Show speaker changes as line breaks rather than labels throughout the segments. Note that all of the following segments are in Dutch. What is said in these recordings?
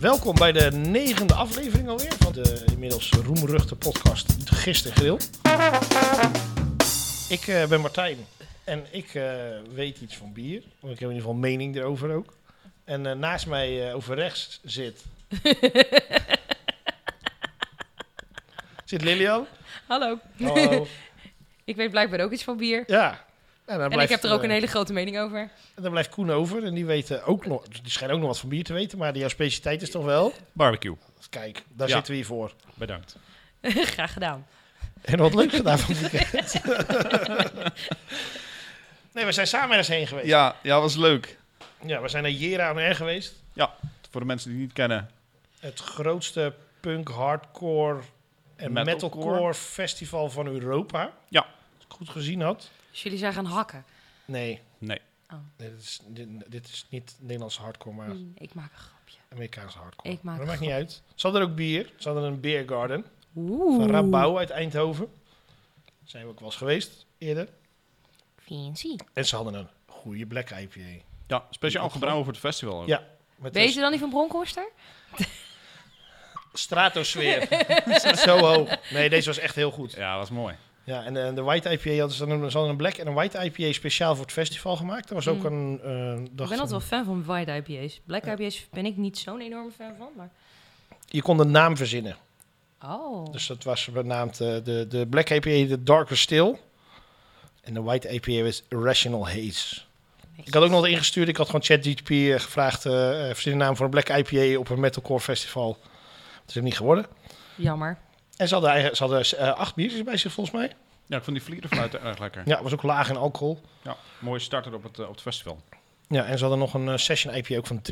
Welkom bij de negende aflevering alweer van de inmiddels roemruchte podcast Gisteren Grill. Ik eh, ben Martijn en ik eh, weet iets van bier. Ik heb in ieder geval mening erover ook. En eh, naast mij eh, over rechts zit... zit Lilian.
Hallo.
Hallo.
ik weet blijkbaar ook iets van bier.
Ja. dan
En ik
blijft,
heb er ook
eh,
een hele grote mening over.
En dan blijft Koen over. En die, weten ook nog, die schijnt ook nog wat van bier te weten. Maar die jouw specialiteit is toch wel...
Barbecue,
Kijk, daar
Ja.
zitten we hier voor.
bedankt.
Graag gedaan.
En wat leuk gedaan van het weekend. nee, we zijn samen ergens heen geweest. Ja.
Ja, ja, was leuk.
we zijn naar Jera aan R geweest.
Voor de mensen die het niet kennen.
Het grootste punk, hardcore en metalcore,
Metalcore.
festival van Europa.
Ja.
Als ik goed gezien had.
Dus jullie zijn gaan hakken.
Nee.
Nee.
Oh.
Nee, dit, is, dit, dit is niet Nederlandse hardcore, maar
Mm, Ik maak een grapje.
Amerikaanse hardcore.
Ik maak
maar dat
een
maakt niet uit. Ze hadden ook bier. Ze hadden een beer garden.
Oeh.
Van Rabau uit Eindhoven. Zijn we ook wel eens geweest eerder.
Fancy.
En ze hadden een goede black IPA.
Ja, speciaal gebrouwen voor het festival. ook.
Ja. Met een
Beter dan die van Bronkhorster?
Stratosfeer. Zo hoog. Nee, deze was echt heel goed.
ja, was mooi.
Ja, en eh, de White IPA hadden ze dan een, ze hadden een black en een White IPA speciaal voor het festival gemaakt. Er was ook een.
Mm.
eh,
Ik
dacht
ben altijd
een-
wel fan van white IPA's. Black IPA's ben ik niet zo'n enorme fan van, maar...
Je kon de naam verzinnen.
Oh.
Dus dat was benaamd eh, de, de Black IPA, de Darker Still. En de White IPA was Irrational Haze. Ik had ook nog wat ingestuurd. Ik had gewoon ChatGPT eh, gevraagd. eh eh, verzin de naam voor een Black IPA op een metalcore festival. Dat is hem niet geworden.
Jammer.
En ze hadden, eigen, ze hadden eh, acht biertjes bij zich volgens mij.
Ja, ik vond die vlierenfluiten erg lekker.
Ja, was ook laag in alcohol.
Ja, mooie starter op het, eh, op het festival.
Ja, en ze hadden nog een eh, session IPA ook van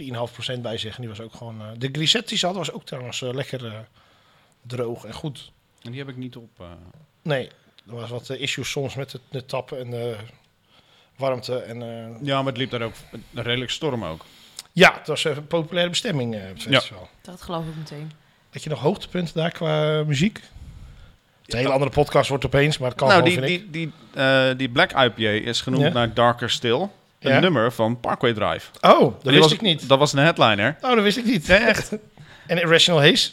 3,5% bij zich. En die was ook gewoon... eh, de grisette die ze hadden was ook trouwens eh, lekker eh, droog en goed.
En die heb ik niet op. eh,
Nee, er was wat eh, issues soms met het, de tappen en de warmte. En, eh,
Ja, maar het liep daar ook eh, redelijk storm ook.
ja, het was een populaire bestemming eh op het
Ja.
festival.
Dat geloof ik meteen.
Had je nog hoogtepunten daar qua eh, muziek? Het is een hele andere podcast wordt opeens, maar het kan
nou,
gewoon,
die,
vind ik.
die, die, eh, die Black IPA is genoemd
Ja.
naar Darker Still. Een
Ja.
nummer van Parkway Drive.
Oh, dat wist
was,
ik niet.
Dat was een headliner.
Oh, dat wist ik niet. echt? en Irrational Haze?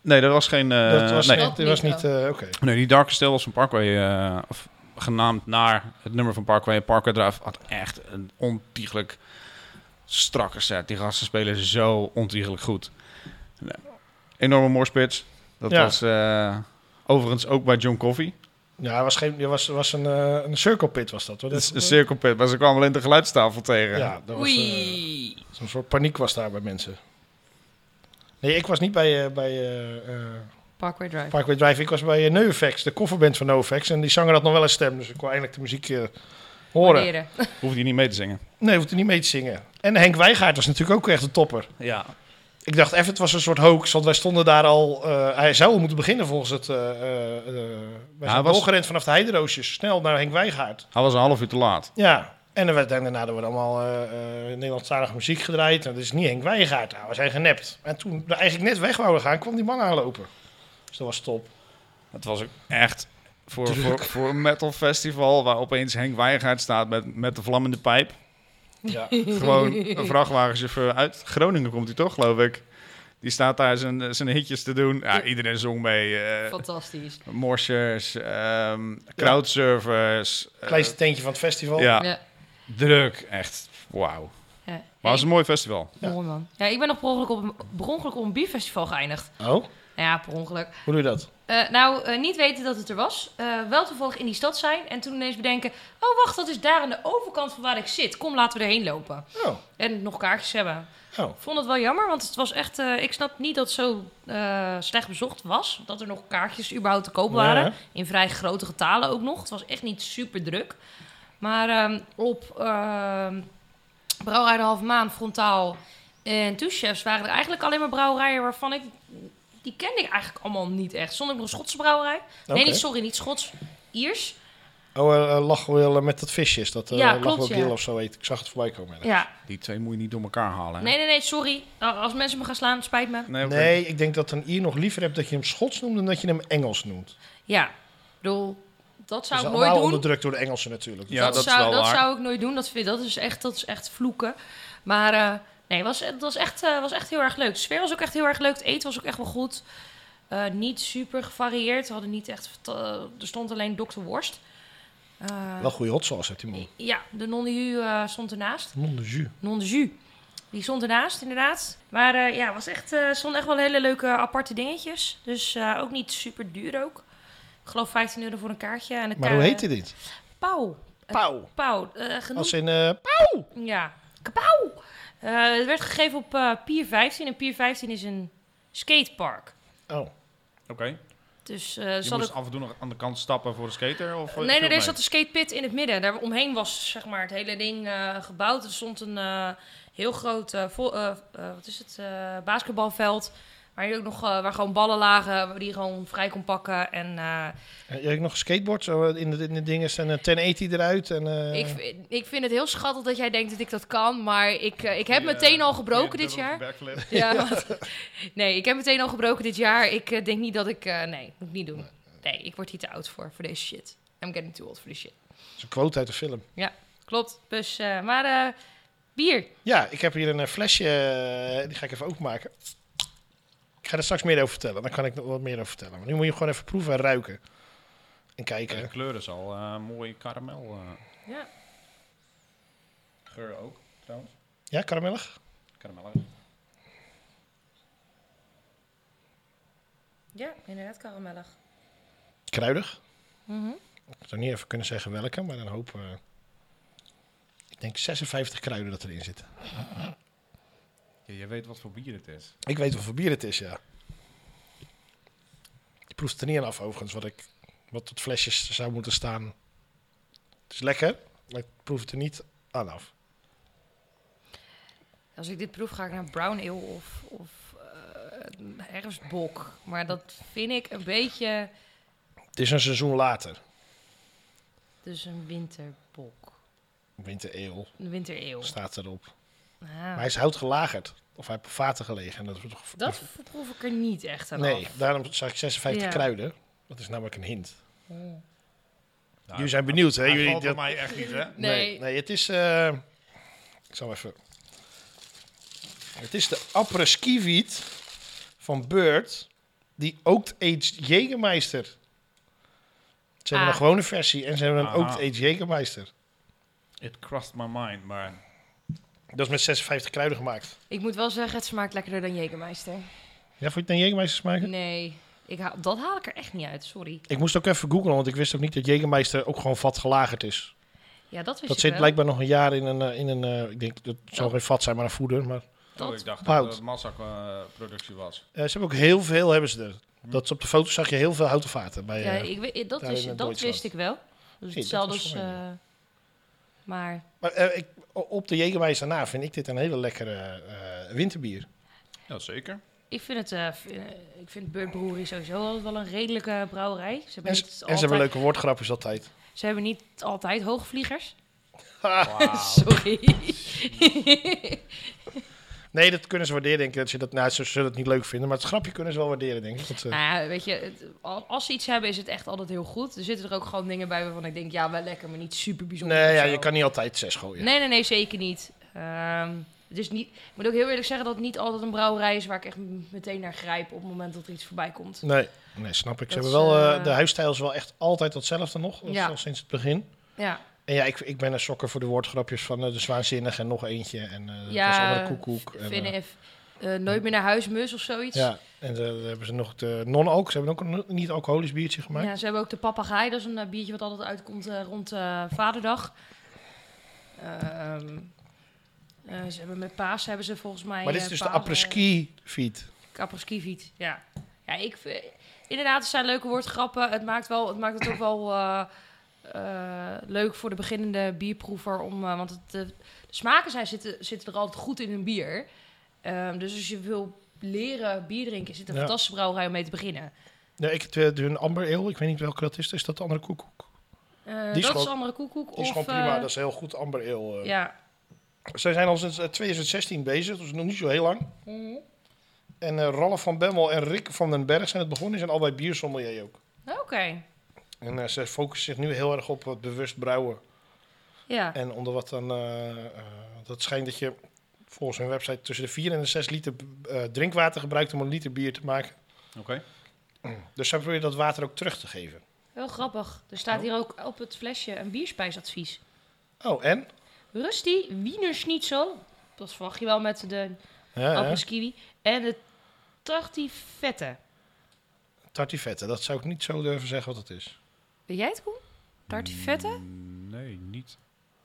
Nee, dat was geen. eh,
dat was,
nee.
dat,
Dat
was
niet,
niet... eh, Oké.
Nee, die Darker Still was van Parkway, eh, of genaamd naar het nummer van Parkway. En Parkway Drive had echt een ontiegelijk strakke set. Die gasten spelen zo ontiegelijk goed. Nee. Enorme morspits. Dat
Ja.
was eh, overigens ook bij John Coffee.
Ja, het was, geen, het was, was een, eh, een circle pit was dat. hoor.
Dat is een
Dat-
circle pit, maar ze kwamen alleen de geluidstafel tegen.
Ja, dat was, eh,
Oei.
zo'n soort paniek was daar bij mensen. Nee, ik was niet bij, eh, bij eh, eh,
Parkway Drive.
Parkway Drive. Ik was bij eh, NoFX, de coverband van NoFX. En die zanger had nog wel een stem, dus ik kon eindelijk de muziek eh, horen.
Waarderen.
Hoefde je niet mee te zingen.
Nee, hoefde niet mee te zingen. En Henk Wijgaard was natuurlijk ook echt een topper.
Ja.
Ik dacht even, het was een soort hoax, want wij stonden daar al... eh, hij zou al moeten beginnen volgens het... eh eh, eh, wij
Hij
zijn
was-
doorgerend vanaf de heideroosjes, snel naar Henk Wijgaard.
Hij was een half uur te laat.
Ja, en er werd, daarna er werd allemaal eh eh, Nederlandstalige muziek gedraaid. En dat is niet Henk Wijgaard, nou, we zijn genept. En toen we eigenlijk net weg wouden gaan, kwam die man aanlopen. Dus dat was top.
Het was ook echt voor, voor, voor een metal festival waar opeens Henk Weigaard staat met, met de vlammende pijp.
Ja,
Gewoon een vrachtwagenchauffeur uit Groningen komt hij toch, geloof ik. Die staat daar zijn, eh, zijn hitjes te doen. Ja, iedereen zong mee. eh
Fantastisch.
morsers, ehm crowdsurfers. eh,
kleinste tentje van het festival.
ja,
Ja.
druk. Echt, wauw.
Ja.
Maar het was een mooi festival.
Ja.
Mooi man. Ja, ik ben nog per ongeluk op een, per ongeluk op een bierfestival geëindigd.
Oh,
Nou ja, per ongeluk.
hoe doe je dat?
Eh, nou, eh, niet weten dat het er was. Eh, wel toevallig in die stad zijn. En toen ineens bedenken... Oh, wacht, dat is daar aan de overkant van waar ik zit. Kom, laten we erheen lopen.
Oh,
En nog kaartjes hebben.
oh.
Ik vond het wel jammer, want het was echt... eh, ik snap niet dat het zo eh, slecht bezocht was. Dat er nog kaartjes überhaupt te koop waren.
Ja, hè?
In vrij grote getalen ook nog. Het was echt niet super druk. Maar ehm, op ehm Brouwerij de Half Maan, Frontaal en Toechefs waren er eigenlijk alleen maar brouwerijen waarvan ik... Die kende ik eigenlijk allemaal niet echt. Zonder nog een Schotse brouwerij.
Oké.
Nee, niet, sorry, niet Schots. Iers.
Oh, eh, eh, lachwil eh, met dat visje is dat eh
Ja,
lachwil
klopt, ja.
grill of zo heet. Ik zag het voorbij komen.
Ja.
Die twee moet je niet door elkaar halen. hè?
Nee, nee, nee, sorry. Nou, Als mensen me gaan slaan, spijt me.
Nee, oké.
Nee, ik denk dat een Ier nog liever hebt dat je hem Schots noemt dan dat je hem Engels noemt.
Ja, ik bedoel, dat zou
Dat is
ik
allemaal
nooit doen.
onderdrukt door de Engelsen natuurlijk.
Ja, dat is
zou,
wel
dat
waar.
zou ik nooit doen. Dat, vind, dat, is echt, dat is echt vloeken. Maar eh, Nee, was, het was echt, eh, was echt heel erg leuk. De sfeer was ook echt heel erg leuk. Het eten was ook echt wel goed. Eh, niet super gevarieerd. We hadden niet echt... eh, er stond alleen Dr. Worst. Eh,
Wel goede hot sauce heeft die man.
ja, de non de jus eh, stond ernaast.
Non de jus.
Non de jus. Die stond ernaast, inderdaad. Maar eh, ja, was echt, eh, er stonden echt wel hele leuke aparte dingetjes. Dus eh, ook niet super duur ook. Ik geloof 15 euro voor een kaartje. En een
Maar hoe heette dit?
Pauw.
Pauw.
Pauw. eh, genoemd
Als in... eh,
ja, kabouw! Eh, het werd gegeven op eh, Pier 15. En Pier 15 is een skatepark.
oh,
Oké.
Dus eh er
Je
zat
moest
ook...
af en toe nog aan de kant stappen voor een skater? Of eh,
Nee, nee,
viel
er
mee?
zat een skatepit in het midden. Daar omheen was zeg maar, het hele ding eh, gebouwd. Er stond een eh, heel groot eh, vo- eh, eh, wat is het? eh, basketbalveld. Waar, je ook nog, eh, waar gewoon ballen lagen, waar die je gewoon vrij kon pakken. En eh,
eh, je hebt nog skateboards zo eh, in de, in de dingen eh, staan een 1080 eruit en... eh,
ik, vind- ik vind het heel schattig dat jij denkt dat ik dat kan. Maar ik, eh, ik heb
Die, eh,
meteen al
die
gebroken dit
dubbele
jaar.
backflip.
Ja, want- nee, ik heb meteen al gebroken dit jaar. Ik eh, denk niet dat ik... eh, nee, moet ik niet doen. Nee, ik word hier te oud voor, voor deze shit. I'm getting too old for this shit.
dat is een quote uit de film.
Klopt, dus... eh, maar eh, bier.
Ja, ik heb hier een eh, flesje, eh, die ga ik even openmaken. Ik ga er straks meer over vertellen, dan kan ik nog wat meer over vertellen. Maar nu moet je hem gewoon even proeven en ruiken. En
De
kijken.
kleur is al eh, mooi karamel. eh,
Ja.
geur ook, trouwens.
Ja, karamellig?
Karamel.
ja, inderdaad karamellig.
Kruidig? Ik zou niet even kunnen zeggen welke, maar een hoop... eh, ik denk 56 kruiden dat erin zitten.
Je, je weet wat voor bier het is.
Ik weet wat voor bier het is, ja. Je proeft er niet aan af, overigens, wat, ik, wat tot flesjes zou moeten staan. Het is lekker, maar ik proef het er niet aan af.
Als ik dit proef, ga ik naar Brown Ale of, of eh, herfstbok. Maar dat vind ik een beetje...
Het is een seizoen later.
Dus een winterbok.
Winter Eel
Een winter ale.
staat erop.
Ah,
Maar hij is hout gelagerd. Of hij heeft op vaten gelegen. En dat,
dat proef ik er niet echt aan
nee,
af.
daarom zag ik 56
Ja.
kruiden. Dat is namelijk een hint.
Nou,
Jullie zijn benieuwd, hè?
hij
Jullie,
valt
dat-
op mij echt niet, hè?
nee.
Nee.
nee, het is... eh, ik zal even... Het is de apres wiet van Bird. Die Oaked Aged Jägermeister. Ze hebben
Ah.
een gewone versie en ze hebben een
Aha.
Oaked Aged Jägermeister.
It crossed my mind, maar...
Dat is met 56 kruiden gemaakt.
Ik moet wel zeggen, het smaakt lekkerder dan Jägermeister.
Ja, vond je het een Jägermeister smaken?
Nee, ik haal, dat haal ik er echt niet uit, sorry.
Ik moest ook even googlen, want ik wist ook niet dat Jägermeister ook gewoon vat gelagerd is.
Ja, dat wist
dat
ik
zit
wel. Oh.
blijkbaar nog een jaar in een, eh, in een eh, ik denk, dat zal
Ja.
geen vat zijn, maar een voeder. Maar,
Dat
oh, ik dacht
bouwt.
dat het massaproductie was.
eh, ze hebben ook heel veel, hebben ze er. Dat is op de foto zag je heel veel houten vaten. Bij,
Hm. Ja,
eh,
ik, weet- dat,
daar in
wist, dat
Duitsland.
wist ik wel. Dus
dat
hetzelfde
was
als...
voor mij,
eh, maar
maar eh, ik, op de Jägermeister na vind ik dit een hele lekkere eh, winterbier.
Ja, zeker.
ik vind het... eh, v- eh, ik vind Beurtbroerie sowieso altijd wel een redelijke brouwerij. Ze hebben,
En, ze-
niet
en ze
Dus altijd,
hebben leuke woordgrapjes altijd.
ze hebben niet altijd hoogvliegers.
Wauw.
Sorry.
Nee, dat kunnen ze waarderen, denk ik. Dat ze, dat, nou, ze zullen het niet leuk vinden, maar het grapje kunnen ze wel waarderen, denk ik. Dat, ze-
Nou ja, weet je, het- al- als ze iets hebben is het echt altijd heel goed. Er zitten er ook gewoon dingen bij waarvan ik denk... Ja, wel lekker, maar niet super bijzonder.
nee,
of
ja,
zo.
je kan niet altijd zes gooien.
Nee, nee, nee, zeker niet. Ehm, het is niet. Ik moet ook heel eerlijk zeggen dat het niet altijd een brouwerij is waar ik echt m- meteen naar grijp op het moment dat er iets voorbij komt.
Nee, nee, snap ik. Ze
Dat
hebben wel,
is,
eh,
eh,
de huisstijl is wel echt altijd hetzelfde nog, dat is
Ja.
al sinds het begin.
Ja,
En ja, ik, ik ben een sokker voor de woordgrapjes van eh, de zwaanzinnig en nog eentje. En eh
Ja,
ja, was andere koekoek. En,
vind
eh,
ik. eh, nooit meer naar huismus of zoiets.
ja, en eh, dan hebben ze nog de non-alk. Ze hebben ook een no- niet-alcoholisch biertje gemaakt.
Ja, ze hebben ook de papagaai, dat is een eh, biertje wat altijd uitkomt eh, rond eh, Vaderdag. Ehm, eh, ze hebben met Paas hebben ze volgens mij. eh,
maar dit is dus de apres-ski feed.
Kaperskiviet, ja. Ja, ik vind... Inderdaad, het zijn leuke woordgrappen. Het maakt, wel, het, maakt het ook wel eh, eh, leuk voor de beginnende bierproever. Om, eh, want het, eh, de smaken zijn, zitten, zitten er altijd goed in een bier. Ehm, dus als je wil leren bier drinken, is het een
Ja.
fantastische brouwerij om mee te beginnen.
Ja, ik de, de, een amber ale, ik weet niet welke dat is. Is dat de andere koekoek?
Eh,
is
dat
gewoon-
is andere koekoek.
Die is
of,
gewoon prima.
eh,
Dat is een heel goed amber ale. eh.
Ja.
Ze zijn al sinds eh, 2016 bezig, dus nog niet zo heel lang.
Mhm.
En eh, Ralf van Bemmel en Rick van den Berg zijn het begonnen. Zijn allebei biersommelier ook.
Oké.
En eh, ze focussen zich nu heel erg op het bewust brouwen.
Ja.
En onder wat dan. eh, eh, dat schijnt dat je volgens hun website tussen de 4 en de 6 liter eh, drinkwater gebruikt om een liter bier te maken.
Oké.
Dus zij proberen dat water ook terug te geven.
Heel grappig. Er staat hier ook op het flesje een bierspijsadvies.
Oh, en?
Rusty, Wiener Schnitzel. Dat verwacht je wel met de
Ja, ja.
appelskiwi. En de tartifette.
Tartifette, dat zou ik niet zo durven zeggen wat het is.
Weet jij het, Koen? Tartifette?
Mm, Nee, niet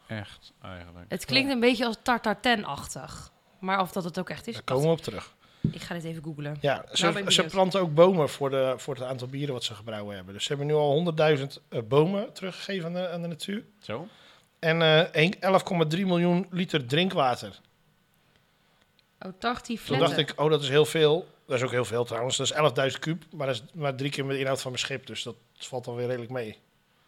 echt eigenlijk.
Het klinkt een beetje als tartarten-achtig. Maar of dat het ook echt is,
Daar komen we op terug.
ik ga dit even googlen.
Ja, ze,
Nou ben ik
ze
benieuwd.
planten ook bomen voor, de, voor het aantal bieren wat ze gebrouwen hebben. Dus ze hebben nu al 100.000 eh, bomen teruggegeven aan de, aan de natuur.
Zo?
En eh, één- 11,3 miljoen liter drinkwater.
Oh,
Toen
tartifette.
dacht ik, oh, dat is heel veel. Dat is ook heel veel trouwens. Dat is 11.000 kuub, maar dat is maar drie keer de inhoud van mijn schip. Dus dat valt alweer redelijk mee.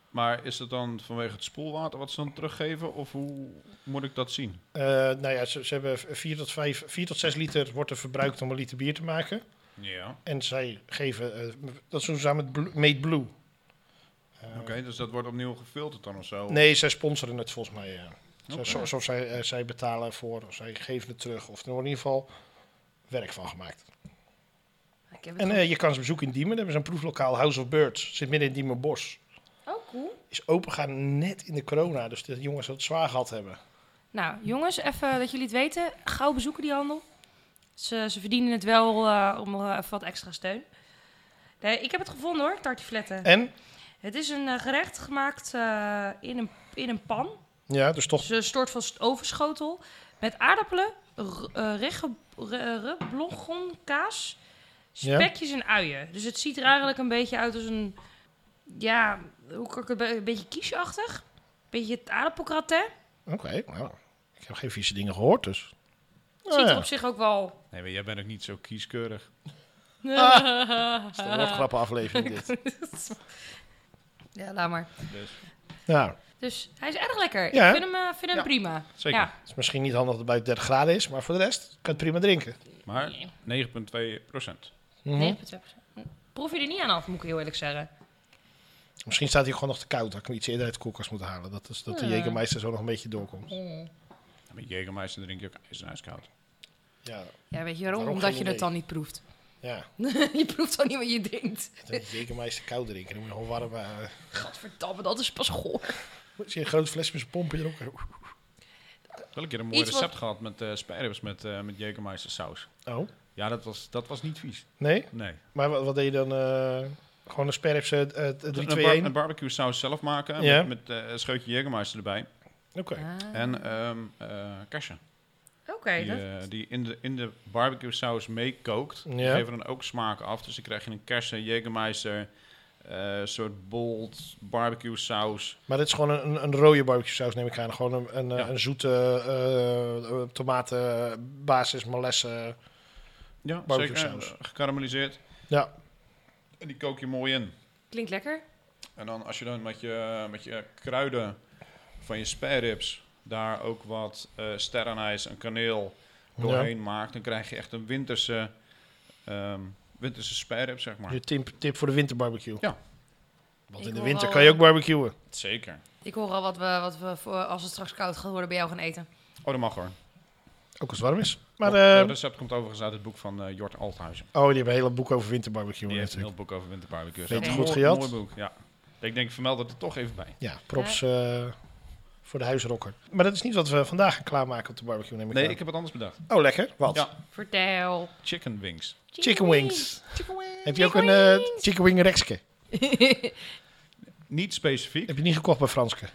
Maar is dat dan vanwege het spoelwater wat ze dan teruggeven? Of hoe moet ik dat zien?
Eh, nou ja, ze, ze hebben 4 tot, 5, 4 tot 6 liter wordt er verbruikt om een liter bier te maken.
Ja.
En zij geven, eh, dat is hoe ze aan met Blue- Made Blue. Eh,
Oké, dus dat wordt opnieuw gefilterd dan of zo?
Nee, zij sponsoren het volgens mij. Ja. Zo-
Oké.
zo- Alsof zij, eh, zij betalen voor, of zij geven het terug. Of er wordt in ieder geval werk van gemaakt.
Ik heb het
En
goed.
eh, je kan ze bezoeken in Diemen. Daar hebben ze een proeflokaal House of Birds. Zit midden in Diemenbos.
Oh, cool.
Is opengegaan net in de corona. Dus de jongens het zwaar gehad hebben.
Nou, jongens, even dat jullie het weten. Gauw bezoeken die handel. Ze, ze verdienen het wel eh, om eh, even wat extra steun. Nee, ik heb het gevonden hoor, tartifletten.
En?
Het is een eh, gerecht gemaakt eh, in, een, in een pan.
Ja, dus toch.
Dus een soort van st- overschotel. Met aardappelen, r- eh, regge- re- eh, reblochon, kaas,
Ja.
spekjes en uien. Dus het ziet er eigenlijk een beetje uit als een... Ja, hoe kan ik het... be- Een beetje kiesachtig. Beetje het aardappelkratin.
Oké, nou. Ik heb geen vieze dingen gehoord, dus.
Het ziet
Ah,
er
ja.
op zich ook wel...
Nee, maar jij bent ook niet zo kieskeurig.
Ah, Dat is een woordgrappen aflevering dit.
ja, laat maar.
Dus.
Nou,
Dus hij is erg lekker.
Ja, hè?
Ik vind hem, eh, vind hem
Ja,
prima.
zeker.
Ja.
het is misschien niet handig dat het buiten 30 graden is. Maar voor de rest kan je het prima drinken.
Maar 9,2 procent.
Mhm.
9,2%. Proef je er niet aan af, moet ik heel eerlijk zeggen.
Misschien staat hij gewoon nog te koud. Dat ik hem iets eerder uit de koelkast moet halen. Dat, is, dat de
Ja.
Jägermeister zo nog een beetje doorkomt.
Met Jägermeister drink je ook ijskoud.
Ja,
Ja, weet je
Waarom? Omdat Geen je het idee. dan
niet proeft.
ja.
je proeft dan niet wat je drinkt.
Dan moet je Jägermeister koud drinken. Dan moet je gewoon warm... eh,
Gadverdamme, dat is pas goor.
moet je een grote fles met zijn pompje erop.
Wel een keer een mooi
Iets wat-
recept gehad met eh spareribs met, eh met Jägermeister saus.
Oh,
Ja, dat was, dat was niet vies.
nee?
Nee.
Maar wat, wat deed je dan? eh, gewoon een sperps eh eh,
een, bar-
3-2-1?
een barbecue saus zelf maken
Ja.
met, met eh, een scheutje Jägermeister erbij.
Oké.
En ehm eh kasje.
Ah. Oké,
die,
dat-
eh, die in de, in de barbecue saus meekookt. Die
Ja.
geven dan ook smaak af. Dus dan krijg je een kersen, Jägermeister, eh, soort bold barbecue saus.
Maar dit is gewoon een, een rode barbecue saus, neem ik aan. Gewoon een, een, eh,
Ja.
een zoete eh, eh, tomatenbasis, molessen.
Ja,
Barbecue
zeker.
saus.
Eh, Gekarameliseerd.
Ja.
En die kook je mooi in.
klinkt lekker.
En dan als je dan met je, met je kruiden van je spareribs daar ook wat eh sterrenijs en kaneel doorheen maakt, dan krijg je echt een winterse, ehm winterse sparerib, zeg maar.
Je Dus tip, tip voor de winterbarbecue.
Ja.
Want
Ik
in de
hoor
winter
al,
kan je
eh,
ook barbecuen.
Zeker.
Ik hoor al wat we, wat we voor, als het straks koud gaat worden bij jou gaan eten.
Oh, dat mag hoor.
Ook als het warm is. Maar,
Oh, het
eh,
recept komt overigens uit het boek van eh, Jort Althuizen.
oh, die hebben een hele boek over winterbarbecue
Die heeft een
natuurlijk.
heel boek over winterbarbecues.
Weet je
Een
goed
mooi-
gejat?
Mooi boek, ja. Ik denk, vermeld dat er toch even bij.
Ja, props eh, voor de huisrocker. Maar dat is niet wat we vandaag gaan klaarmaken op de barbecue, neem ik
Nee,
aan.
ik heb het anders bedacht.
Oh, lekker. Wat?
Ja.
Vertel.
Chicken wings.
Chicken wings. Heb je ook een eh, chicken wing rekske?
Niet specifiek.
Heb je niet gekocht bij Franske?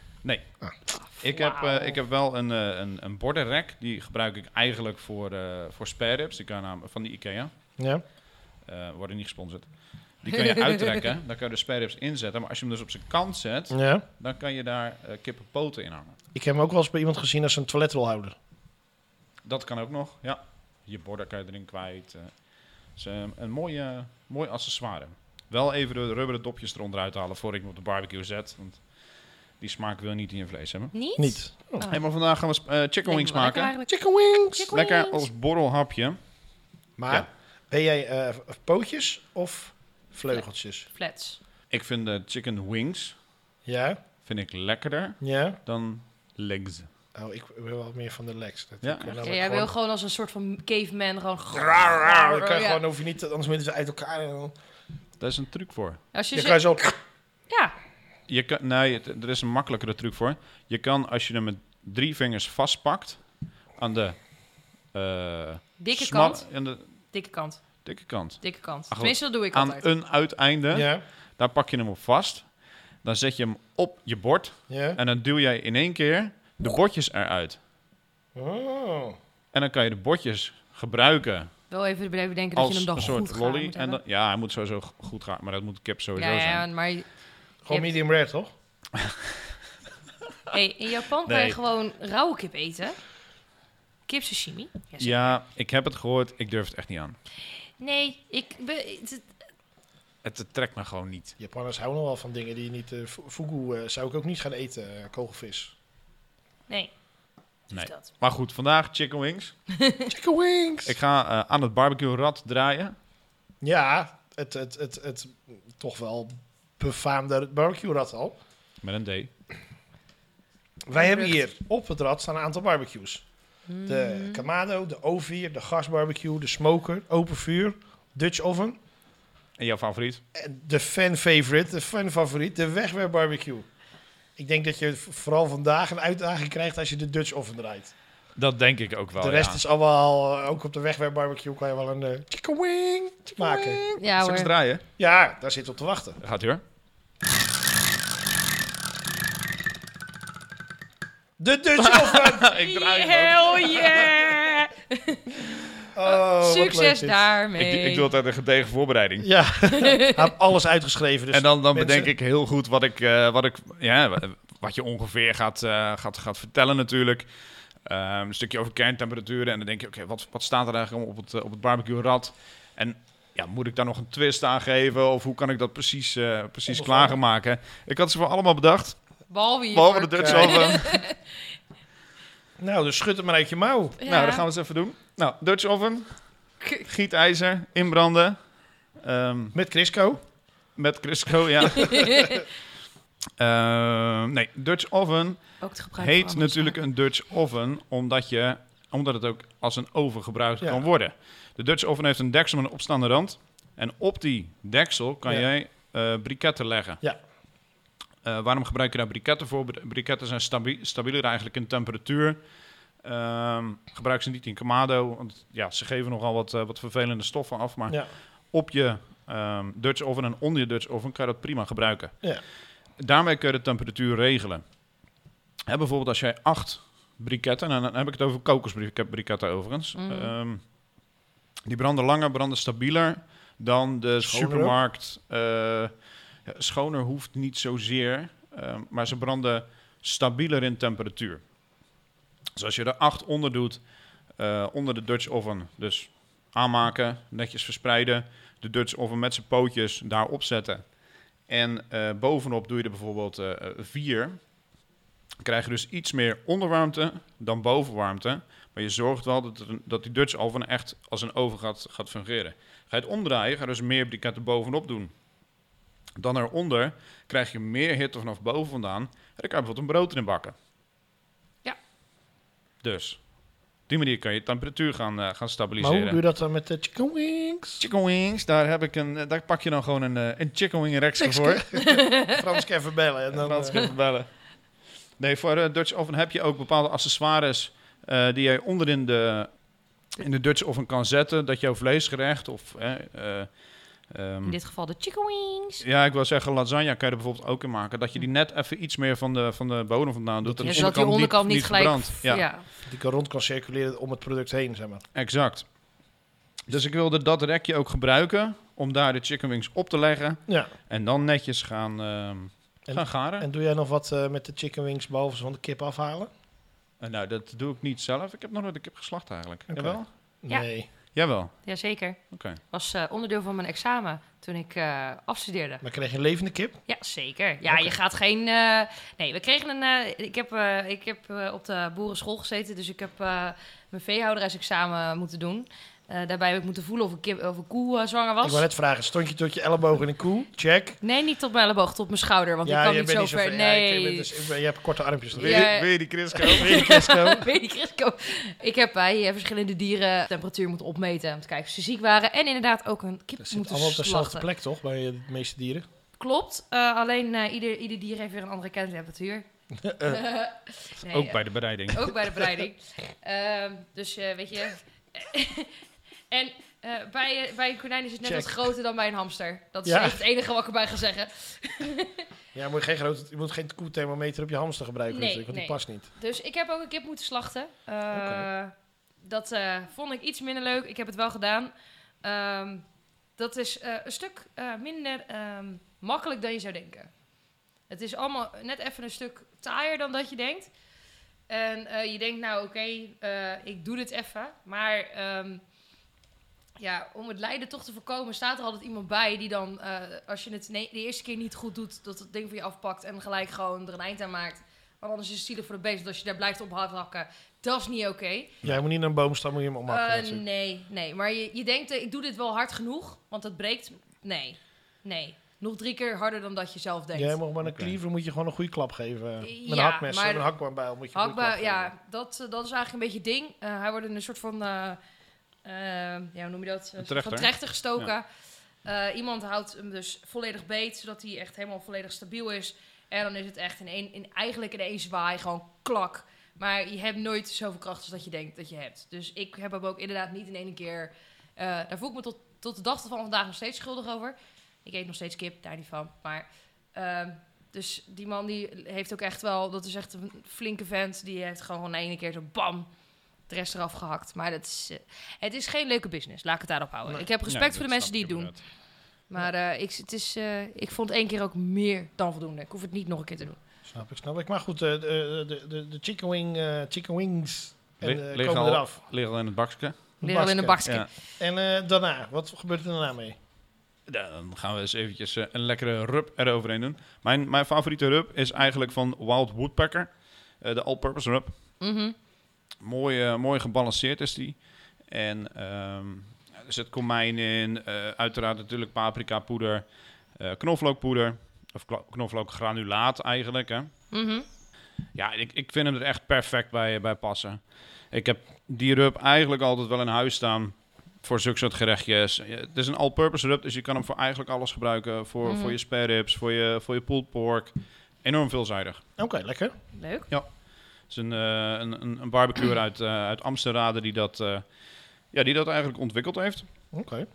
Ik heb, eh, ik heb wel een, eh, een, een bordenrek. Die gebruik ik eigenlijk voor, eh voor spare ribs. Die kan je nam- van de IKEA.
Ja.
Eh, worden niet gesponsord. Die kun je uitrekken. Dan kan je de spare ribs inzetten. Maar als je hem dus op zijn kant zet,
ja.
dan kan je daar eh, kippenpoten in hangen.
Ik heb hem ook wel eens bij iemand gezien als een toiletrolhouder.
Dat kan ook nog, ja. Je border kan je erin kwijt. eh. is, eh, een mooie, mooi accessoire. Wel even de rubberen dopjes eronder uithalen voor ik hem op de barbecue zet. Want die smaak wil je niet in je vlees hebben.
Niet?
Niet.
Oh.
Hey, maar vandaag gaan we sp- eh, chicken wings maken.
Chicken wings!
Chicken
Lekker
wings.
als borrelhapje.
Maar
Ja.
ben jij eh, pootjes of vleugeltjes?
Flats.
Ik vind de chicken wings
Ja.
vind ik lekkerder
Ja.
dan legs.
Oh, ik wil wel meer van de legs. Dat
Ja.
ik wil wel
Ja, jij wil
gewoon-
gewoon als een soort van caveman gewoon...
Raar, raar. Dan kan je
Ja.
gewoon, hoef je niet, anders moeten ze uit elkaar. En dan,
Daar is een truc voor.
Als je
dan
ze-
kan je zo...
Ja,
Je kan, nee, het- er is een makkelijkere truc voor. Je kan, als je hem met drie vingers vastpakt, aan de... eh,
dikke
smal-
kant,
Aan de
dikke kant,
dikke kant.
dikke kant.
goed.
Tenminste, dat doe ik
Aan
altijd.
een uiteinde,
Ja,
daar pak je hem op vast. Dan zet je hem op je bord.
ja.
En dan duw jij in één keer de bordjes eruit.
Oh.
En dan kan je de bordjes gebruiken
Wel even blijven denken dat je
als
hem dan
een
goed
soort
gaar
lolly.
moet
En dan,
hebben.
ja, hij moet sowieso g- goed gaan, maar dat moet kip sowieso
ja,
zijn.
ja, maar
Gewoon
Ja.
medium rare, toch?
hey, in Japan kan
Nee.
je gewoon rauwe kip eten. Kip sashimi. Ja, zeg.
Ja, ik heb het gehoord, ik durf het echt niet aan.
Nee, ik... be- het-
Het, het trekt me gewoon niet.
Japanners houden nog wel van dingen die niet... eh, fu- fugu eh, zou ik ook niet gaan eten, eh, kogelvis.
Nee.
Nee.
Dus dat.
Maar goed, vandaag chicken wings.
Chicken wings!
Ik ga eh, aan het barbecue rad draaien.
Ja, het, het, het, het toch wel befaamde barbecue-rad al.
Met een D.
Wij hebben hier op het rad staan een aantal barbecues.
Hmm.
De Kamado, de O4, de gasbarbecue, de smoker, open vuur, Dutch oven.
En jouw favoriet?
En de fan favorite, de fan favoriet, de wegwerpbarbecue. Ik denk dat je v- vooral vandaag een uitdaging krijgt als je de Dutch oven draait.
Dat denk ik ook wel.
de rest
ja.
is allemaal, eh, ook op de wegwerpbarbecue kan je wel een eh, chicken wing maken.
Ja
Zal ik eens
hoor.
draaien?
Ja, daar zit op te wachten.
Daar Gaat u hoor.
De Dutch oven!
ik draai hem ook.
Hell yeah!
Oh, wat leuk
Succes
dit.
daarmee.
Ik, ik doe altijd een gedegen voorbereiding.
Ja, hij heeft alles uitgeschreven. Dus
en dan, dan
mensen-
bedenk ik heel goed wat ik, eh, wat ik ja, wa- wat je ongeveer gaat, eh, gaat, gaat vertellen natuurlijk. Ehm, een stukje over kerntemperaturen. En dan denk je, oké, wat, wat staat er eigenlijk op het, eh, op het barbecue-rad? En ja, moet ik daar nog een twist aan geven? Of hoe kan ik dat precies, eh, precies
Onbevangen.
klaarmaken? Ik had ze voor allemaal bedacht,
Behalve hier.
behalve de Dutch
Kijk.
oven.
Nou, dus schud hem maar uit je mouw.
Nou, dat gaan we eens even doen. Nou, Dutch oven, gietijzer, inbranden. Ehm,
Met Crisco.
met Crisco, ja. Ehm, nee, Dutch oven.
Ook te gebruiken
heet natuurlijk een Dutch oven, omdat, je, omdat het ook als een oven gebruikt
Ja.
kan worden. De Dutch oven heeft een deksel met een opstaande rand. En op die deksel kan
Ja.
jij eh briketten leggen.
Ja.
Eh, waarom gebruik je daar briketten voor? Bri- Briketten zijn stabi- stabieler eigenlijk in temperatuur. Ehm, gebruik ze niet in Kamado, want ja, ze geven nogal wat, eh, wat vervelende stoffen af. Maar
Ja.
op je ehm, Dutch oven en onder je Dutch oven kan je dat prima gebruiken.
Ja.
Daarmee kun je de temperatuur regelen. Hè, bijvoorbeeld als jij acht briketten, en dan heb ik het over kokosbriketten overigens.
Mm.
ehm, die branden langer, branden stabieler dan de
Schoner ook?
supermarkt. eh, ja, schoner hoeft niet zozeer, ehm, maar ze branden stabieler in temperatuur. Dus als je er acht onder doet, eh, onder de Dutch oven, dus aanmaken, netjes verspreiden, de Dutch oven met zijn pootjes daarop zetten. En eh, bovenop doe je er bijvoorbeeld eh, eh, vier. Dan krijg je dus iets meer onderwarmte dan bovenwarmte. Maar je zorgt wel dat, het een- dat die Dutch oven echt als een oven gaat, gaat fungeren. Ga je het omdraaien, ga je dus meer briketten bovenop doen. Dan eronder krijg je meer hitte vanaf boven vandaan. En dan kan je bijvoorbeeld een brood erin bakken.
Ja.
Dus, op die manier kan je temperatuur gaan, eh, gaan
Maar
stabiliseren.
hoe doe je dat dan met de chicken wings?
Chicken wings, daar, heb ik een, daar pak je dan gewoon een, eh, een chicken wing Rex voor.
Franske even bellen. En dan,
Frans
eh,
kan even bellen. Nee, voor eh, Dutch oven heb je ook bepaalde accessoires eh, die jij onderin de, in de Dutch oven kan zetten. Dat jouw vleesgerecht of... eh, eh, ehm,
In dit geval de chicken wings.
ja, ik wil zeggen, lasagne kan je er bijvoorbeeld ook in maken. Dat je die net even iets meer van de, van de bodem vandaan doet.
Ja,
en de
zodat die onderkant niet, gelijk...
verbrandt.
Ja.
die kan rond kan circuleren om het product heen, zeg maar.
Exact. Dus ik wilde dat rekje ook gebruiken om daar de chicken wings op te leggen.
Ja.
En dan netjes gaan, ehm,
En-
gaan garen.
En doe jij nog wat eh, met de chicken wings behalve ze van de kip afhalen?
En nou, dat doe ik niet zelf. Ik heb nog nooit een kip geslacht eigenlijk.
Oké.
Jawel?
Ja.
Nee.
Jawel.
Jazeker.
Oké.
Was eh, onderdeel van mijn examen toen ik eh, afstudeerde.
Maar krijg je een levende kip?
Ja, zeker. Ja,
Oké.
je gaat geen. eh, nee, we kregen een. eh, ik heb, eh, ik heb eh, op de boerenschool gezeten, dus ik heb eh, mijn veehouderijsexamen moeten doen. Eh, daarbij heb ik moeten voelen of een, kip, of een koe eh, zwanger was.
Ik wou net vragen, stond je tot je elleboog in een koe? Check.
Nee, niet tot mijn elleboog, tot mijn schouder, want ik
je
kan niet zo ver.
ja, ik- ik
Nee,
ben dus- ik ben- je hebt korte armpjes. toch?
Ja.
Weet
Weer die Crisco.
je- weet je, Chrisco?
Weet je, Crisco. Ik heb bij eh, verschillende dieren temperatuur moeten opmeten. Om te kijken of ze ziek waren. En inderdaad ook een kip
Dat zit
moeten
allemaal op dezelfde
slachten.
plek, toch? Bij eh, de meeste dieren.
Klopt. eh, alleen eh, ieder, ieder dier heeft weer een andere kerntemperatuur. Eh, Nee,
Ook
eh,
bij de bereiding.
ook bij de bereiding. Ehm, dus eh, weet je. en eh, bij, eh, bij een konijn is het net
Check.
wat groter dan bij een hamster. Dat is
Ja.
echt het enige wat ik erbij ga zeggen.
Ja, moet je, geen grote, je moet geen koethermometer op je hamster gebruiken,
Nee,
natuurlijk, want die
nee.
past niet.
Dus ik heb ook een kip moeten slachten. Eh,
Oké.
Dat eh, vond ik iets minder leuk. Ik heb het wel gedaan. Ehm, dat is eh, een stuk eh, minder ehm, makkelijk dan je zou denken. Het is allemaal net even een stuk taaier dan dat je denkt. En eh, je denkt, nou oké, eh, ik doe dit even. Maar ehm, ja, om het lijden toch te voorkomen, staat er altijd iemand bij die dan, eh, als je het ne- de eerste keer niet goed doet, dat het ding van je afpakt en gelijk gewoon er een eind aan maakt. Want anders is het zielig voor de beest. Want als je daar blijft op hard hakken, dat is niet oké.
Ja, je moet niet naar een boomstam, moet je hem
Eh,
omhakken. natuurlijk.
nee, nee. Maar je, je denkt, eh, ik doe dit wel hard genoeg, want dat breekt. Nee, nee. Nog drie keer harder dan dat je zelf denkt.
Jij mag maar een
Oké.
cleaver, moet je gewoon een goede klap geven. Met een
Ja,
hakmes,
maar-
met een hakbaar moet je een goede
Hakba-
klap geven.
ja, dat, eh, dat is eigenlijk een beetje het ding. Eh, hij wordt in een soort van, eh, eh, ja, hoe noem je dat?
Een trechter.
Van trechter gestoken. Eh, iemand houdt hem dus volledig beet, zodat hij echt helemaal volledig stabiel is. En dan is het echt in één, in, eigenlijk in één zwaai gewoon klak. Maar je hebt nooit zoveel kracht als dat je denkt dat je hebt. Dus ik heb hem ook inderdaad niet in één keer... eh, daar voel ik me tot, tot de dag van vandaag nog steeds schuldig over. Ik eet nog steeds kip, daar niet van. Maar ehm, dus die man die heeft ook echt wel, dat is echt een flinke vent, die heeft gewoon van de ene keer zo bam, de rest eraf gehakt. Maar dat is, eh, het is geen leuke business, laat ik het daarop houden.
Nee.
Ik heb respect
Ja,
voor de
dat
mensen die
snap
het
ik
doen.
inderdaad.
Maar eh, ik, het is, eh, ik vond één keer ook meer dan voldoende. Ik hoef het niet nog een keer te doen.
Snap ik, snap ik. Maar goed, eh, de, de, de, de chicken, wing, eh, chicken wings en,
Le-
eh,
liggen
komen
al-
eraf.
Liggen al in het bakje.
Weer al in een
Basket.
bakje.
Ja.
En eh, daarna, wat gebeurt er daarna mee?
Dan gaan we eens eventjes eh, een lekkere rub eroverheen doen. Mijn, mijn favoriete rub is eigenlijk van Wild Woodpecker. eh, de all-purpose rub.
Mhm.
Mooi, eh, mooi gebalanceerd is die. En ehm, ja, er zit komijn in. eh, uiteraard natuurlijk paprika poeder. eh, knoflookpoeder. Of kla- knoflookgranulaat eigenlijk. Hè.
Mhm.
Ja, ik, ik vind hem er echt perfect bij, bij passen. Ik heb die rub eigenlijk altijd wel in huis staan voor zulke soort gerechtjes. Ja, Het is een all-purpose rub, dus je kan hem voor eigenlijk alles gebruiken. Voor,
Mhm.
voor je spare ribs, voor je, voor je pulled pork. Enorm veelzijdig.
Oké, lekker.
Leuk.
Het is een, eh, een, een, een barbecuer uit, eh uit Amsterdam die dat, eh, ja, die dat eigenlijk ontwikkeld heeft.
Oké.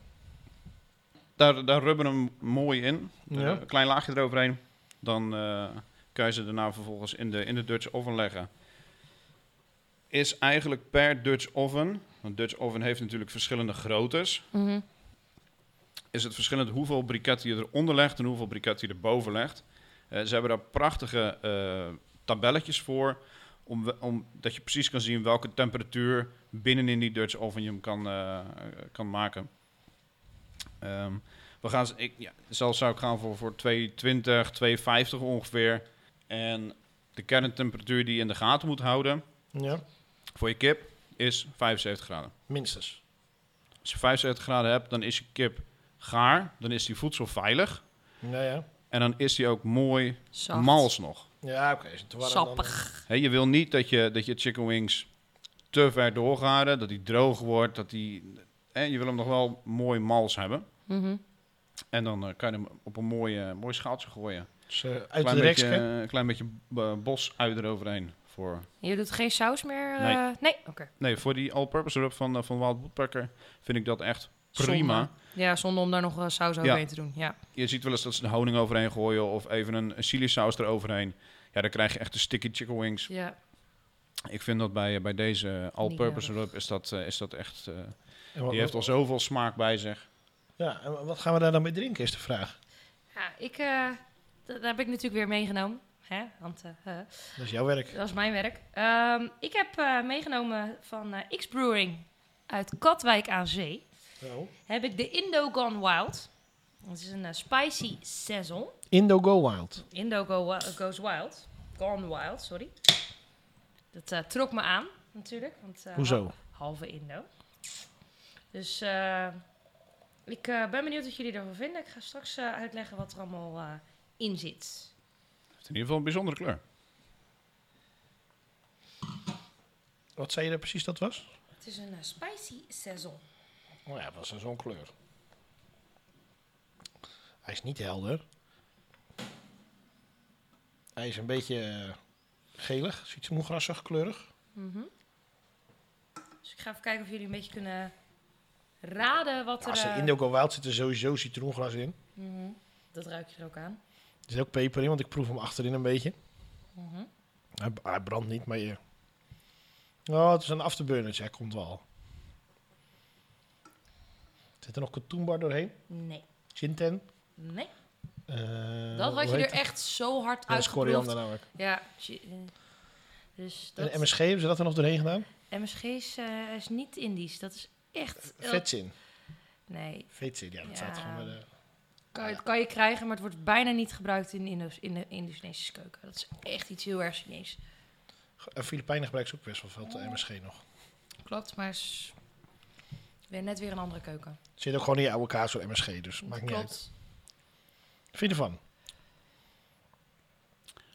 Daar, daar rubben we hem mooi in.
Ja.
Eh, een klein laagje eroverheen. Dan eh kun je ze daarna vervolgens in de, in de Dutch oven leggen. Is eigenlijk per Dutch oven, want Dutch oven heeft natuurlijk verschillende groottes,
Mhm.
is het verschillend hoeveel briket je eronder legt en hoeveel briket je erboven legt. Eh, ze hebben daar prachtige eh, tabelletjes voor, om, we- om, dat je precies kan zien welke temperatuur binnenin die Dutch oven je hem kan, eh, kan maken. Ehm, we gaan, z- ik, ja, zelf zou ik gaan voor, voor 220, 250 ongeveer. En de kerntemperatuur die je in de gaten moet houden
Ja,
voor je kip is 75 graden.
minstens.
Als je 75 graden hebt, dan is je kip gaar, dan is die voedsel veilig.
Ja, ja.
En dan is die ook mooi
Zacht.
mals nog.
Ja, oké. is het te warm dan?
Sappig.
Hè, je wil niet dat je, dat je chicken wings te ver doorgaren, dat die droog wordt, dat die... hè, je wil hem nog wel mooi mals hebben.
Mhm.
En dan eh, kan je hem op een mooie, eh, mooi schaaltje gooien.
Dus, eh, uit de
klein beetje,
reksken.
eh, klein beetje eh, bos uit eroverheen. Voor,
Je doet geen saus meer?
Nee.
eh, nee? Oké.
nee, voor die all-purpose rub van, eh, van Wild Woodpecker vind ik dat echt prima.
Zonde. Ja, zonder om daar nog eh, saus overheen te doen. Ja.
Je ziet wel eens dat ze de honing overheen gooien of even een, een chili saus eroverheen. Ja, dan krijg je echt de sticky chicken wings.
ja.
Ik vind dat bij, eh, bij deze all-purpose
nodig.
rub is dat, eh, is dat echt... eh,
En wat-
die heeft al zoveel smaak bij zich.
Ja, en wat gaan we daar dan mee drinken, is de vraag.
Ja, ik, eh, d- dat heb ik natuurlijk weer meegenomen. Hè? Want eh, eh,
Dat is jouw werk.
dat is mijn werk. Ehm, ik heb eh, meegenomen van eh, X Brewing uit Katwijk aan Zee.
Oh.
Heb ik de Indo Gone Wild. Dat is een eh, spicy saison.
Indo Go Wild.
Indo go, Wi- Goes Wild. Gone Wild, sorry. Dat eh, trok me aan natuurlijk. Want, eh,
Hoezo?
halve Indo. Dus eh, ik eh, ben benieuwd wat jullie ervan vinden. Ik ga straks eh, uitleggen wat er allemaal eh, in zit.
in ieder geval een bijzondere kleur.
Wat zei je er precies dat was?
Het is een eh, spicy saison.
Oh ja, het was een zo'n kleur. Hij is niet helder. Hij is een beetje eh, gelig, ziet moegrassig kleurig.
Mhm. Dus ik ga even kijken of jullie een beetje kunnen raden wat
Als
er...
er
eh,
Indigo Wild zit er sowieso citroengras in.
mhm, dat ruik je er ook aan.
Er zit ook peper in, want ik proef hem achterin een beetje.
Mhm.
Hij, hij brandt niet, maar je... Oh, het is een afterburner, hij komt wel. Zit er nog katoenbar doorheen?
Nee,
Chinten?
nee.
Eh,
dat
hoe
had je
heet
er echt zo hard
Dat is koriander
uitgeproefd.
namelijk.
Ja, chi- eh, dus dat...
En MSG, hebben ze dat er nog doorheen gedaan?
MSG is, eh, is niet Indisch. Dat is echt... eh,
Vetsin.
Nee,
Vetsin, ja, dat
Ja.
staat gewoon bij de...
kan, het kan je krijgen, maar het wordt bijna niet gebruikt in, Indo- in de Indonesische keuken. Dat is echt iets heel erg Chinees.
Eh, Filipijnen gebruiken ze ook best wel veel de MSG nog.
Klopt, maar is weer net weer een andere keuken.
Het zit ook gewoon in je oude kaas door MSG, dus maakt niet uit.
Klopt.
Vind je ervan?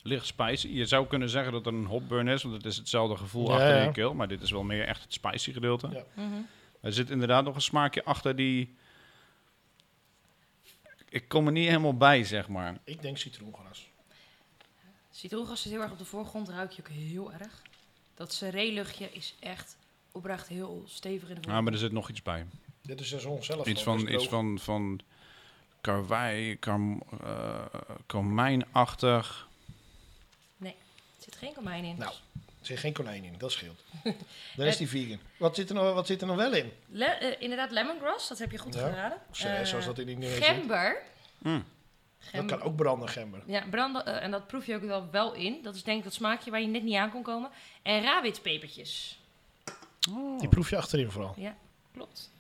Licht spicy. Je zou kunnen zeggen dat er een hopburn is, want het is hetzelfde gevoel
Ja,
achter
ja.
je keel. Maar dit is wel meer echt het spicy gedeelte.
Ja.
Mhm.
Er zit inderdaad nog een smaakje achter die... Ik kom er niet helemaal bij, zeg maar.
Ik denk citroengras.
Citroengras zit heel erg op de voorgrond, ruik je ook heel erg. Dat seré-luchtje is echt oprecht heel stevig
Ah,
in de
Ja,
voorgrond.
Ah, maar er zit nog iets bij.
Dit is seizoen zelf.
Iets
gewoon,
van,
dus
iets van, van karwei, karm, eh, karmijnachtig.
Er zit geen komijn in.
dus- Nou. Er zit geen konijn in, dat scheelt. Dan is die vegan. Wat zit er nog, wat zit er nog wel in?
Le- eh, inderdaad, lemongrass, dat heb je goed
Ja.
geraden. Eh,
Zo- Zoals dat in Indonesië zit.
Gember.
Mm.
Dat
Gember.
kan ook branden, gember.
Ja, branden, eh, en dat proef je ook wel, wel in. Dat is denk ik dat smaakje waar je net niet aan kon komen. En rawitpepertjes.
Die proef je achterin vooral.
Ja, klopt.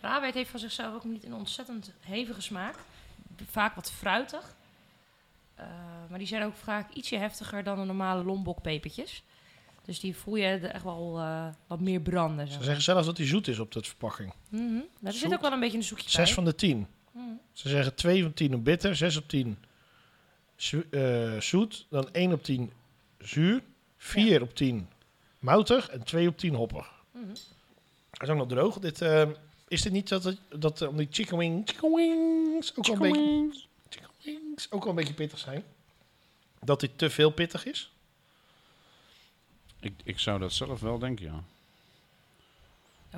Rawit heeft van zichzelf ook niet een ontzettend hevige smaak. Vaak wat fruitig. Eh, maar die zijn ook vaak ietsje heftiger dan de normale lombokpepertjes. Dus die voel je er echt wel eh, wat meer branden. zeg
Ze
maar.
zeggen zelfs dat die zoet is op dat verpakking.
Mhm. Daar
Zoet.
zit ook wel een beetje een zoekje
Zes
bij.
van de tien.
Mhm.
Ze zeggen 2 op 10 op bitter, 6 op 10 zo- eh, zoet, dan 1 op 10 zuur, 4 op 10 moutig en 2 op 10 hoppig.
Mhm.
Dat is ook nog droog. Dit, eh, is dit niet dat, het- dat eh, om die chicken wings, chicken wings, ook al een beetje, chicken wings ook al een beetje pittig zijn? Dat dit te veel pittig is?
Ik, ik zou dat zelf wel denken, ja.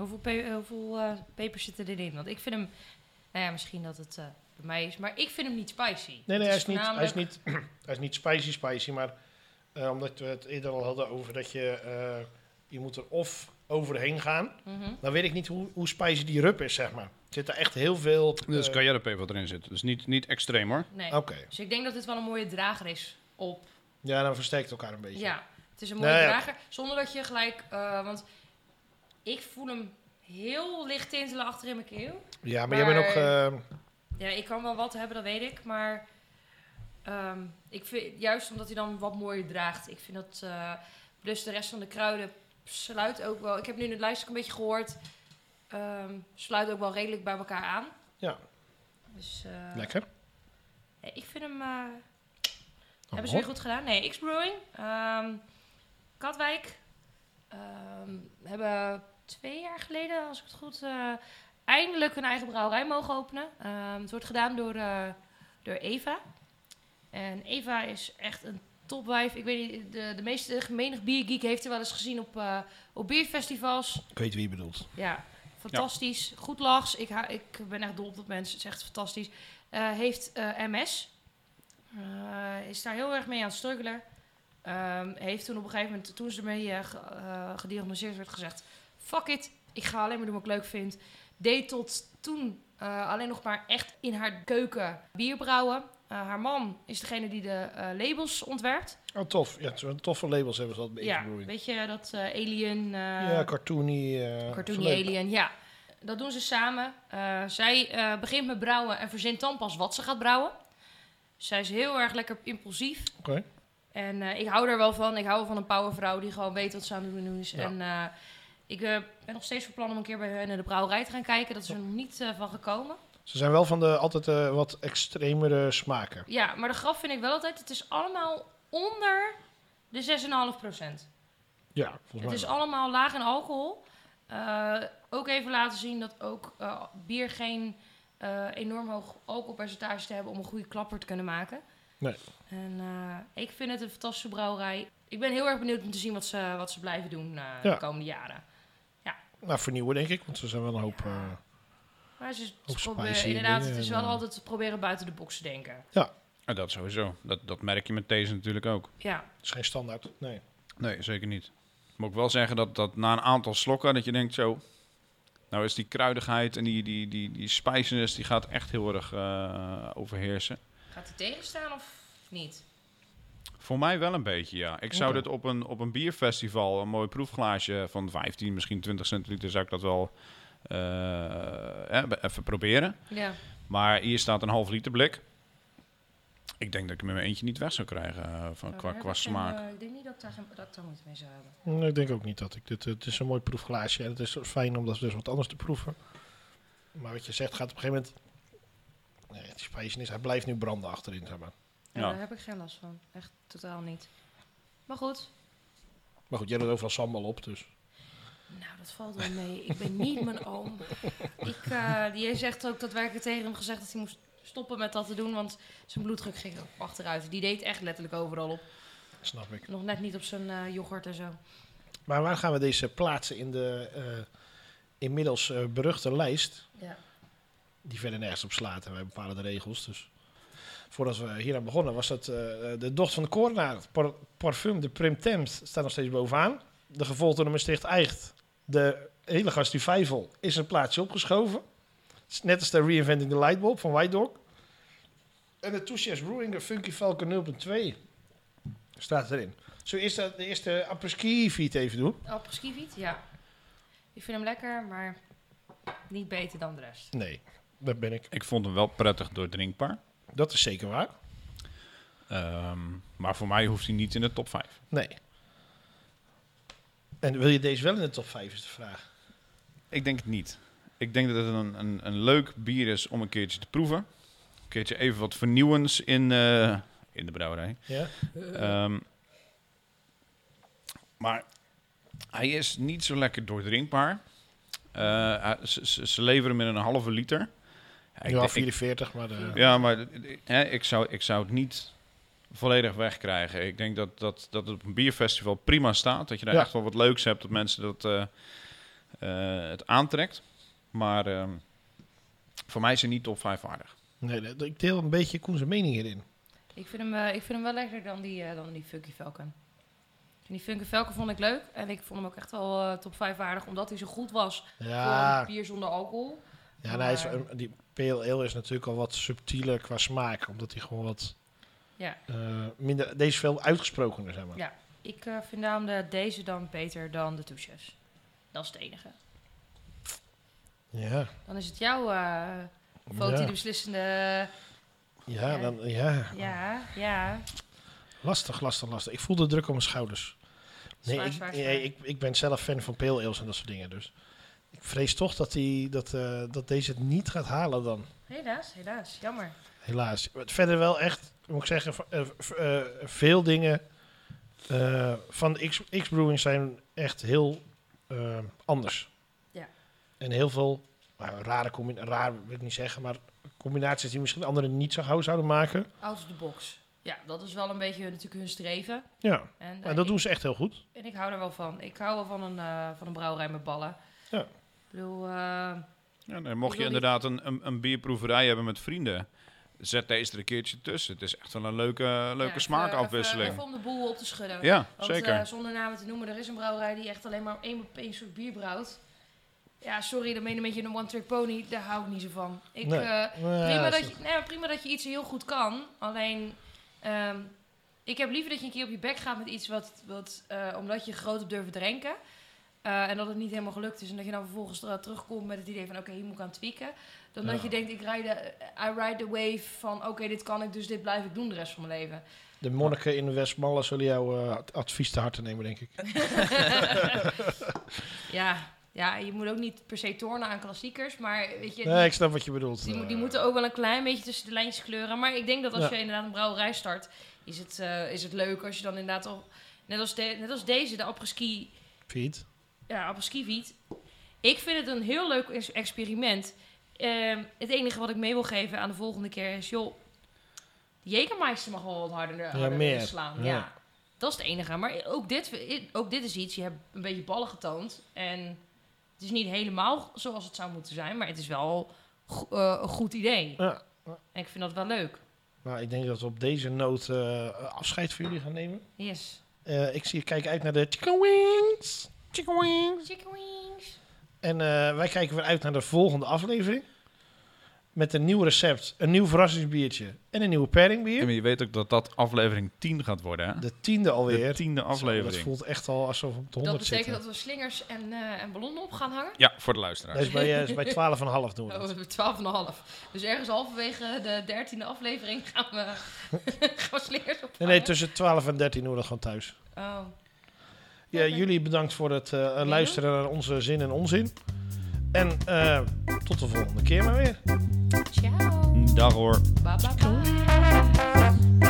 Hoeveel, pe- eh, hoeveel eh, pepers zitten erin? Want ik vind hem, nou ja, misschien dat het eh, bij mij is, maar ik vind hem niet spicy.
Nee,
Het
nee, hij is, niet, hij, is
voornamelijk-
niet, hij is niet spicy spicy, maar eh, omdat we het eerder al hadden over dat je, eh, je moet er of overheen gaan.
Mhm.
Dan weet ik niet hoe, hoe spicy die rup is, zeg maar. Zit er echt heel veel...
Dus
eh,
cayennepeper wat erin zit. Dus niet, niet extreem, hoor.
Nee.
Oké.
Dus ik denk dat dit wel een mooie drager is op.
Ja, dan versterkt elkaar een beetje.
Ja, het is een mooie
Nou ja.
drager. Zonder dat je gelijk, eh, want ik voel hem heel licht tintelen achter in mijn keel.
Ja, maar, jij bent ook... eh,
Ja, ik kan wel wat hebben, dat weet ik, maar ehm, ik vind, juist omdat hij dan wat mooier draagt, ik vind dat, eh, plus de rest van de kruiden sluit ook wel, ik heb nu in het lijstje ook een beetje gehoord, ehm, sluit ook wel redelijk bij elkaar aan.
Ja.
Dus eh,
lekker.
nee, ik vind hem, eh,
Oh,
hebben ze weer goed gedaan. Nee, X-Brewing, ehm, Katwijk, ehm, hebben twee jaar geleden, als ik het goed, eh, eindelijk hun eigen brouwerij mogen openen. Ehm, het wordt gedaan door, eh, door Eva. En Eva is echt een topwijf. Ik weet niet, de, de meeste gemenig biergeek heeft er wel eens gezien op, eh, op bierfestivals.
Ik weet wie je bedoelt.
Ja, fantastisch. Goed lachs. Ik, hou- ik ben echt dol op dat mensen. Het is echt fantastisch. Eh, heeft eh, MS. Eh, is daar heel erg mee aan het struggelen. Ehm, heeft toen op een gegeven moment, toen ze ermee eh, ge- eh, gediagnosticeerd werd, gezegd... Fuck it, ik ga alleen maar doen wat ik leuk vind. Deed tot toen eh, alleen nog maar echt in haar keuken bier brouwen. Eh, haar man is degene die de eh, labels ontwerpt.
Oh, tof. Ja, het zijn toffe labels hebben ze dat bij
ja,
Evenbrewing.
weet je, dat eh, Alien... eh,
ja, cartoony... eh,
Cartoony
leuk.
Alien, ja. Dat doen ze samen. Eh, zij eh, begint met brouwen en verzint dan pas wat ze gaat brouwen. Zij is heel erg lekker impulsief.
Oké.
En eh, ik hou er wel van. Ik hou van een powervrouw die gewoon weet wat ze aan het doen is.
Ja.
En eh, Ik eh, ben nog steeds van plan om een keer bij hun in de brouwerij te gaan kijken. Dat is er nog niet eh, van gekomen.
Ze zijn wel van de altijd eh, wat extremere smaken.
Ja, maar de graf vind ik wel altijd. Het is allemaal onder de 6,5
Ja, volgens
Het
mij.
is
wel.
allemaal laag in alcohol. Eh, ook even laten zien dat ook eh, bier geen eh, enorm hoog alcoholpercentage te hebben om een goede klapper te kunnen maken.
Nee.
En eh, ik vind het een fantastische brouwerij. Ik ben heel erg benieuwd om te zien wat ze, wat ze blijven doen eh,
Ja.
de komende jaren.
Nou, vernieuwen denk ik, want ze zijn wel een hoop... eh,
Maar ze,
Ook
ze proberen-
spicy
inderdaad,
dingen
het is
en,
wel
eh,
altijd te proberen buiten de box te denken.
En dat sowieso. Dat, dat merk je met deze natuurlijk ook.
Ja,
het is geen standaard, nee.
Nee, zeker niet. Moet ik wel zeggen dat, dat na een aantal slokken, dat je denkt zo... Nou is die kruidigheid en die, die, die, die spiciness, die gaat echt heel erg eh, overheersen.
gaat hij tegenstaan of niet?
Voor mij wel een beetje, ja. Ik zou
Oké.
dit op een, op een bierfestival, een mooi proefglaasje van 15, misschien 20 centiliter, zou ik dat wel eh, eh, even proberen.
Ja.
Maar hier staat een half liter blik. Ik denk dat ik hem in mijn eentje niet weg zou krijgen eh, van, qua, qua smaak.
ik denk niet dat ik daar, geen- dat ik daar moeite mee zou hebben.
Nee, Ik denk ook niet dat ik dit... Het is een mooi proefglaasje en het is fijn om dat dus wat anders te proeven. Maar wat je zegt gaat op een gegeven moment... Nee, het spijzen is, hij blijft nu branden achterin, zeg maar.
Ja, Ja.
Daar
daar
heb ik geen last van. Echt totaal niet. Maar goed.
Maar goed, jij doet overal sambal op, dus...
Nou, dat valt wel mee. Ik ben niet mijn oom. Ik, eh, die zegt ook dat wij tegen hem gezegd dat hij moest stoppen met dat te doen. Want zijn bloeddruk ging ook achteruit. Die deed echt letterlijk overal op.
Snap ik.
Nog net niet op zijn eh, yoghurt en zo.
Maar waar gaan we deze plaatsen in de eh, inmiddels eh, beruchte lijst?
Ja.
Die verder nergens op slaat en wij bepalen de regels. Dus voordat we hier aan begonnen was dat eh, de dochter van de korenaar. Het par- parfum de Prim Temps staat nog steeds bovenaan. De gevolgd door de Maastricht Eicht. De hele gast die vijvel is een plaatsje opgeschoven. Het is Net als de Reinventing the Lightbulb van White Dog. En de Two Chefs Brewing, de Funky Falcon 0.2 staat erin. Zo eerst de, de eerste apres-ski feed even doen.
Appelskiviet, ja. Ik vind hem lekker, maar niet beter dan de rest.
Nee, dat ben ik.
Ik vond hem wel prettig doordrinkbaar.
Dat is zeker waar.
Ehm, maar voor mij hoeft hij niet in de top 5.
Nee. En wil je deze wel in de top 5 is de vraag.
Ik denk het niet. Ik denk dat het een, een, een leuk bier is om een keertje te proeven. Een keertje even wat vernieuwends in, eh, in de brouwerij.
Ja?
Ehm, maar hij is niet zo lekker doordrinkbaar. Eh, hij- ze, ze- ze leveren hem in een halve liter. Ja, ik
nu al
denk- ik-
44, maar... eh, De,
Ja, maar d- d- hè, ik, zou, ik zou het niet volledig wegkrijgen. Ik denk dat, dat, dat het op een bierfestival prima staat. Dat je daar
Ja.
echt wel wat leuks hebt. Dat mensen dat, eh, eh, het aantrekt. Maar ehm, voor mij is hij niet top 5 waardig.
Nee, dat- ik deel een beetje Koen's mening hierin.
Ik vind hem, eh, ik vind hem wel lekkerder dan die, eh, dan die Funky Falcon. En die Funky Falcon vond ik leuk. En ik vond hem ook echt wel eh, top 5 waardig, omdat hij zo goed was voor een
Ja,
bier zonder alcohol.
ja en hij is, eh, die pale ale is natuurlijk al wat subtieler qua smaak. Omdat hij gewoon wat
Ja.
eh, minder... Deze is veel uitgesprokener, zeg maar.
Ja. Ik eh, vind daarom de, deze dan beter dan de touches. Dat is het enige.
Ja,
Dan is het jouw eh vote die
Ja.
de beslissende...
ja,
Ja.
dan, ja.
Ja, ja.
Lastig, lastig, lastig. Ik voel de druk op mijn schouders. Nee,
Zwaar,
ik,
zwaar,
nee,
zwaar.
Ik, ik ben zelf fan van pale ales en dat soort dingen. Dus ik vrees toch dat, die, dat, eh, dat deze het niet gaat halen dan.
Helaas, helaas. Jammer.
Helaas. Wat Verder wel echt, moet ik zeggen, v- eh, v- eh, veel dingen eh, van de X- X-Brewing zijn echt heel eh, anders.
Ja.
En heel veel nou, rare combinaties, raar wil ik niet zeggen, maar combinaties die misschien anderen niet zo gauw zouden maken.
Out of the box. Ja, dat is wel een beetje hun- natuurlijk hun streven.
Ja,
En, eh,
en dat
ik,
doen ze echt heel goed.
en ik hou er wel van. Ik hou wel van een, eh, van een brouwerij met ballen.
Ja.
Ik bedoel, eh,
Ja, nee, mocht je
wil niet-
inderdaad een, een, een bierproeverij hebben met vrienden... Zet deze er een keertje tussen. Het is echt wel een leuke,
ja,
leuke
even-
smaakafwisseling.
Even, even om de boel op te schudden.
ja,
Want
zeker.
eh, zonder namen te noemen, er is een brouwerij die echt alleen maar één, één soort bier brouwt. Ja, sorry, dan ben je een beetje een one-trick pony. Daar hou ik niet zo van. Ik,
Nee.
eh,
Ja,
prima,
is
dat je, nee, maar prima dat je iets heel goed kan. Alleen, ehm, ik heb liever dat je een keer op je bek gaat met iets wat, wat eh, omdat je groot op durft drinken. eh, en dat het niet helemaal gelukt is. En dat je dan vervolgens er- terugkomt met het idee van... oké, hier moet ik aan tweaken. Dan dat
Ja.
je denkt, ik ride de, I ride the wave van... oké, dit kan ik, dus dit blijf ik doen de rest van mijn leven.
De monniken in de Westmallen zullen jouw eh, advies te harte nemen, denk ik.
Ja, ja, je moet ook niet per se tornen aan klassiekers, maar weet je,
Nee, ik snap wat je bedoelt.
die,
Eh,
mo- die moeten ook wel een klein beetje tussen de lijntjes kleuren. Maar ik denk dat als
Ja.
je inderdaad een brouwerij start, is het, eh, is het leuk als je dan inderdaad al, net als, de- net als deze, de apres-ski
Piet.
ja, apres-ski-fiets. Ik vind het een heel leuk is- experiment. Ehm, het enige wat ik mee wil geven aan de volgende keer is, joh, de Jägermeister mag wel wat harder, harder
meer.
slaan.
Ja.
Ja. dat is het enige. Maar ook dit, ook dit is iets, je hebt een beetje ballen getoond. En het is niet helemaal zoals het zou moeten zijn, maar het is wel go- eh, een goed idee.
Ja.
En ik vind dat wel leuk.
Nou, ik denk dat we op deze noot eh, afscheid van jullie gaan nemen.
Yes.
Eh, ik zie, ik kijk uit naar de chicken wings. Chicken wings.
Chicken wings.
En eh, wij kijken weer uit naar de volgende aflevering. Met een nieuw recept, een nieuw verrassingsbiertje en een nieuwe pairingbier.
En je weet ook dat dat aflevering 10 gaat worden, hè?
De tiende alweer.
De tiende
Zo, Dat
aflevering.
voelt echt al alsof we op de
Dat
honderd
betekent
zitten.
dat we slingers en, eh, en ballonnen op gaan hangen.
Ja, voor de luisteraar.
Dat is bij, eh, is bij 12,5 doen we
Oh,
dat.
we hebben 12,5. Dus ergens halverwege de dertiende aflevering gaan we, gaan we slingers op.
Nee, nee, tussen 12 en 13 doen we dat gewoon thuis.
oh.
Ja,
Oké.
Jullie bedankt voor het eh, luisteren naar onze zin en onzin. En eh, tot de volgende keer maar weer.
Ciao.
Dag hoor.
Bye bye bye.